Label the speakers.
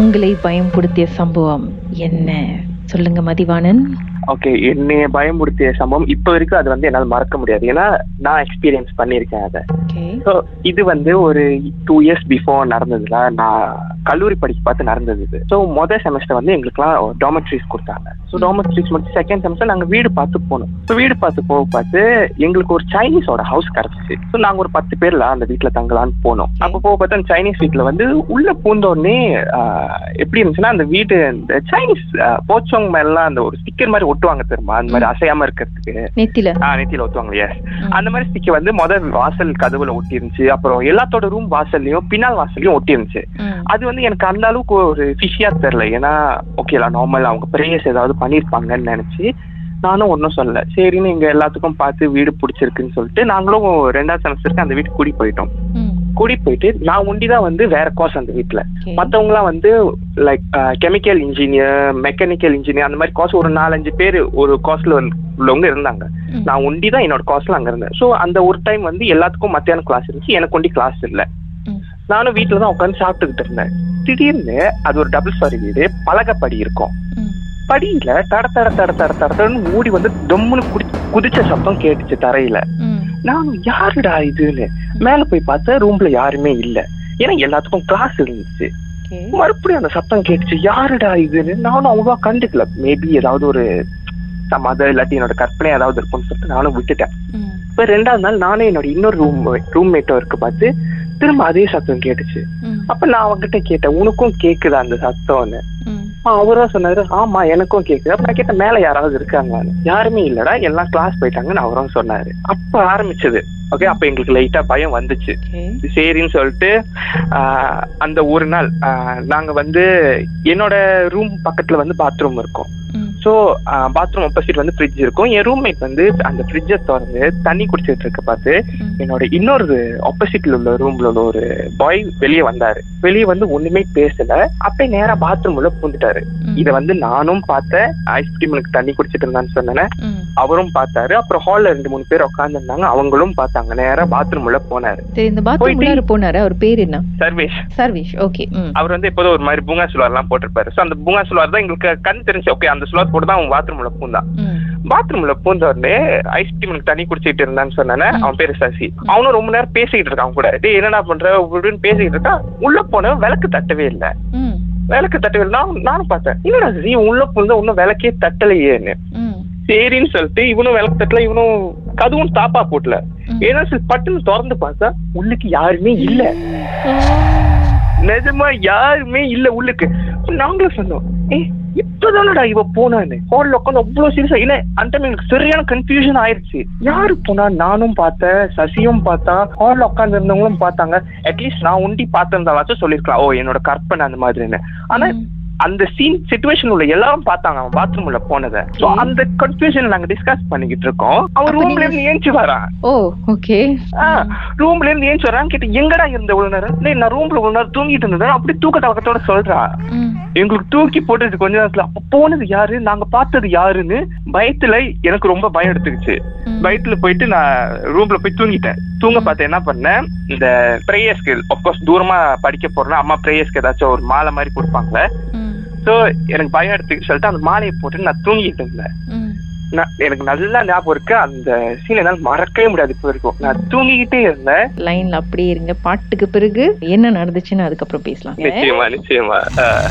Speaker 1: உங்களை பயம்படுத்திய சம்பவம் என்ன சொல்லுங்க மதிவாணன்
Speaker 2: ஓகே என்னைய பயமுறுத்திய சம்பவம் இப்போ வரைக்கும் அது வந்து என்னால் மறக்க முடியாது ஏன்னா நான் எக்ஸ்பீரியன்ஸ் பண்ணியிருக்கேன் அதை
Speaker 1: ஓகே
Speaker 2: ஸோ இது வந்து ஒரு டூ இயர்ஸ் பிஃபோர் நடந்ததுல நான் கல்லூரி படிக்க பார்த்து நடந்தது இது ஸோ மொதல் செமஸ்டர் வந்து எங்களுக்குலாம் டாமெட்ரிஸ் கொடுத்தாங்க ஸோ டாமெட்ரிஸ் மட்டும் செகண்ட் செமஸ்டர் நாங்கள் வீடு பார்த்து போனோம் ஸோ வீடு பார்த்து போக பார்த்து எங்களுக்கு ஒரு சைனீஸோட ஹவுஸ் கிடச்சிச்சு ஸோ நாங்கள் ஒரு பத்து பேர்ல அந்த வீட்டில் தங்கலான்னு போனோம் அப்போ போக பார்த்தா அந்த சைனீஸ் வீட்டில் வந்து உள்ளே பூந்தோடனே ஆஹ், எப்படி இருந்துச்சுன்னா அந்த வீடு இந்த சைனீஸ் போச்சோங் மேலாம் அந்த ஒரு ஸ்டிக்கர் மாதிரி ஒட்டுவாங்க தெரியுமா அந்த மாதிரி அசையாம இருக்கிறதுக்கு
Speaker 1: நெத்தில
Speaker 2: ஆ நெத்தியில் ஒட்டுவாங்க yes.
Speaker 1: ம்.
Speaker 2: அந்த மாதிரி ஸ்டிக்கர் வந்து முத வாசல் கதவுல ஒட்டி இருந்துச்சு அப்புறம் எல்லாத்தோட ரூம் வாசல்லையும் பின்னால் வாசல்லையும் ஒட்டி இருந்துச்சு
Speaker 1: ம்.
Speaker 2: அது வந்து எனக்கு அந்த அளவுக்கு ஒரு ஃபிஷியா தெரியல ஏன்னா ஓகேலா நார்மல் அவங்க ப்ரேயர்ஸ் ஏதாவது பண்ணியிருப்பாங்கன்னு நினைச்சு நானும் ஒன்றும் சொல்லல சரின்னு எங்க எல்லாத்துக்கும் பார்த்து வீடு பிடிச்சிருக்குன்னு சொல்லிட்டு நாங்களும் ரெண்டாவது செமஸ்டருக்கு அந்த வீட்டுக்கு கூடி போயிட்டோம்
Speaker 1: ம்.
Speaker 2: கூடி போயிட்டு நான் ஒண்டி தான் வந்து வேற கோர்ஸ் அந்த வீட்டுல
Speaker 1: Okay.
Speaker 2: மற்றவங்களாம் வந்து uh, like chemical engineer mechanical engineer அந்த மாதிரி கோர்ஸ் ஒரு நாலஞ்சு பேர் ஒரு கோர்ஸ்ல உள்ளவங்க இருந்தாங்க
Speaker 1: ம்.
Speaker 2: நான் ஒண்டி தான் என்னோட கோர்ஸ்ல அங்க இருந்தேன் ஸோ அந்த ஒரு டைம் வந்து எல்லாத்துக்கும் மத்தியானம் கிளாஸ் இருந்துச்சு எனக்கு ஒண்டி கிளாஸ் இல்லை
Speaker 1: ம்.
Speaker 2: நானும் வீட்டில் தான் உட்காந்து சாப்பிட்டுக்கிட்டு இருந்தேன் திடீர்னு அது ஒரு டபுள் ஸ்டோரி வீடு பலகப்படி இருக்கும்
Speaker 1: ம்.
Speaker 2: படியில தட தட தட தட தடன்னு மூடி வந்து டொம்முன்னு குடி குதிச்ச சத்தம் கேட்டுச்சு தரையில
Speaker 1: ம்.
Speaker 2: நானும் யாருடா இதுன்னு மேல போய் பார்த்தா ரூம்ல யாருமே இல்லை ஏன்னா எல்லாத்துக்கும் கிளாஸ் இருந்துச்சு
Speaker 1: Okay.
Speaker 2: மறுபடியும் அந்த சத்தம் கேட்டுச்சு யாருடா இதுன்னு நானும் அவ்வளவா கண்டுக்கல மேபி ஏதாவது ஒரு சம் அதர் இல்லாட்டி என்னோட கற்பனை ஏதாவது இருக்கும்னு சொல்லிட்டு நானும் விட்டுட்டேன்
Speaker 1: ம்.
Speaker 2: இப்போ ரெண்டாவது நாள் நானும் என்னோட இன்னொரு ரூம் ரூம்மேட்டோ இருக்கு பார்த்து திரும்ப அதே சத்தம் கேட்டுச்சு
Speaker 1: ம்.
Speaker 2: அப்ப நான் அவங்ககிட்ட கேட்டேன் உனக்கும் கேக்குதா அந்த சத்தம்னு
Speaker 1: ம்.
Speaker 2: ஆ, அவரும் சொன்னாரு ஆமா எனக்கும் கேக்குது அப்ப நான் கேட்டேன் மேல யாராவது இருக்காங்களான்னு யாருமே இல்லடா எல்லாம் கிளாஸ் போயிட்டாங்கன்னு அவரும் சொன்னாரு அப்ப ஆரம்பிச்சது ஓகே அப்ப எங்களுக்கு லைட்டா பயம் வந்துச்சு
Speaker 1: Okay.
Speaker 2: சரின்னு சொல்லிட்டு ஆஹ், அந்த ஒரு நாள் ஆஹ், நாங்க வந்து என்னோட ரூம் பக்கத்துல வந்து பாத்ரூம் இருக்கும்
Speaker 1: ம்.
Speaker 2: ஸோ பாத்ரூம் ஆப்போசிட் வந்து ஃப்ரிட்ஜ் இருக்கும் என் ரூம்மேட் வந்து அந்த ஃப்ரிட்ஜை திறந்து தண்ணி குடிச்சிட்டு இருக்க பார்த்து
Speaker 1: ம்.
Speaker 2: என்னோட இன்னொரு ஆப்போசிட்ல உள்ள ரூம்ல உள்ள ஒரு பாய் வெளியே வந்தாரு வெளியே வந்து ஒண்ணுமே பேசல அப்பே நேரா பாத்ரூம் உள்ள பூந்துட்டாரு
Speaker 1: ம்.
Speaker 2: இதை வந்து நானும் பார்த்தேன் ஐஸ்கிரீமுக்கு தண்ணி குடிச்சிட்டு இருந்தான்னு சொன்னேன்
Speaker 1: ம்.
Speaker 2: அவரும் பார்த்தாரு அப்புறம் ஹால்ல ரெண்டு மூணு பேர் உட்காந்துருந்தாங்க அவங்களும் பார்த்தாங்க நேரா பாத்ரூம் உள்ள போனாரு
Speaker 1: சரி இந்த பாத்ரூம்
Speaker 2: போயிட்டு-
Speaker 1: உள்ளார போனாரு அவர் பேர் என்ன
Speaker 2: சர்வேஷ்
Speaker 1: சர்வேஷ் ஓகே ம்
Speaker 2: அவர் வந்து எப்போதும் ஒரு மாதிரி பூங்கா சுலார்லாம் போட்டிருப்பாரு ஸோ அந்த பூங்கா சுலார் தான் எங்களுக்கு கண் தெரிஞ்சு ஓகே அந்த சுலார் போட்டு தான் அவன் பாத்ரூம்ல பூந்தான்
Speaker 1: ம்.
Speaker 2: பாத்ரூம்ல பூந்த உடனே ஐஸ்கிரீமுக்கு தண்ணி குடிச்சிட்டு இருந்தான்னு சொன்னானே
Speaker 1: ம்.
Speaker 2: அவன் பேரு சசி அவனும் ரொம்ப நேரம் பேசிக்கிட்டு இருக்கான் அவன் கூட டேய் என்னடா பண்ற அப்படின்னு பேசிக்கிட்டு இருக்கான் உள்ள போனவன் விளக்கு தட்டவே இல்லை
Speaker 1: ம்.
Speaker 2: விளக்கு தட்டவே இல்லை நான் நானும் பார்த்தேன் என்னடா சசி இவன் உள்ள பூந்தா இன்னும் விளக்கே தட்டலையேன்னு
Speaker 1: ம்.
Speaker 2: சரின்னு சொல்லிட்டு இவனும் விளக்கு தட்டல இவனும் கதவும் தாப்பா போட்டல
Speaker 1: ம்.
Speaker 2: ஏன்னா சரி பட்டுன்னு திறந்து பார்த்தா உள்ளுக்கு யாருமே இல்லை நிஜமா யாருமே இல்ல உள்ளுக்கு நாங்களும் சொன்னோம் ஏ இப்பதானடா இவ போனான்னு ஹோல்ல உட்காந்து அவ்வளவு சீரியஸா இல்ல அந்த time எனக்கு சரியான கன்ஃபியூஷன் ஆயிருச்சு யாரு போனா நானும் பார்த்தேன் சசியும் பார்த்தா ஹால்ல உட்காந்து இருந்தவங்களும் பார்த்தாங்க அட்லீஸ்ட் நான் உண்டி பார்த்திருந்தாச்சும் சொல்லிருக்கலாம் ஓ என்னோட கற்பனை அந்த மாதிரின்னு ஆனா
Speaker 1: ம்.
Speaker 2: அந்த சீன் சுச்சுவேஷன் உள்ள எல்லாரும் பார்த்தாங்க அவன் பாத்ரூம் உள்ள போனதை So, அந்த கன்ஃபியூஷன் நாங்க டிஸ்கஸ் பண்ணிக்கிட்டு இருக்கோம்
Speaker 1: அப்ப
Speaker 2: அவர் ரூம்ல
Speaker 1: நீங்க-
Speaker 2: இருந்து ஏஞ்சி வரான்
Speaker 1: ஓ ஓகே
Speaker 2: ரூம்ல இருந்து ஏன் சொல்றான்னு கேட்டு எங்கடா இருந்த இவ்வளவு நேரம் இல்லை நான் ரூம்ல இவ்வளவு நேரம் தூங்கிட்டு இருந்தேன் அப்படி தூக்க தவக்கத்தோட சொல்றா
Speaker 1: ம்.
Speaker 2: எங்களுக்கு தூக்கி போட்டது கொஞ்ச நேரத்துல அப்ப போனது யாரு நாங்க பார்த்தது யாருன்னு பயத்துல எனக்கு ரொம்ப பயம் எடுத்துக்கிச்சு
Speaker 1: ம்.
Speaker 2: பயத்துல போயிட்டு நான் ரூம்ல போய் தூங்கிட்டேன் தூங்க பார்த்து என்ன பண்ணேன் இந்த ப்ரேயர்ஸ்க்கு அப்கோர்ஸ் தூரமா படிக்க போறேன்னா அம்மா ப்ரேயர்ஸ்க்கு ஏதாச்சும் ஒரு மாலை மாதிரி கொடுப்பாங்களே
Speaker 1: ம்.
Speaker 2: ஸோ எனக்கு பயம் எடுத்துக்கிட்டு சொல்லிட்டு அந்த மாலையை போட்டு நான் தூங்கிட்டு இருந்தேன்
Speaker 1: ம்.
Speaker 2: நான் எனக்கு நல்லா ஞாபகம் இருக்கு அந்த சீன் என்னால் மறக்கவே முடியாது இப்போ வரைக்கும் நான் தூங்கிக்கிட்டே இருந்தேன்
Speaker 1: லைன்ல அப்படியே இருங்க பாட்டுக்கு பிறகு என்ன நடந்துச்சுன்னு அதுக்கப்புறம் பேசலாம்
Speaker 2: நிச்சயமா நிச்சயமா அஹ்,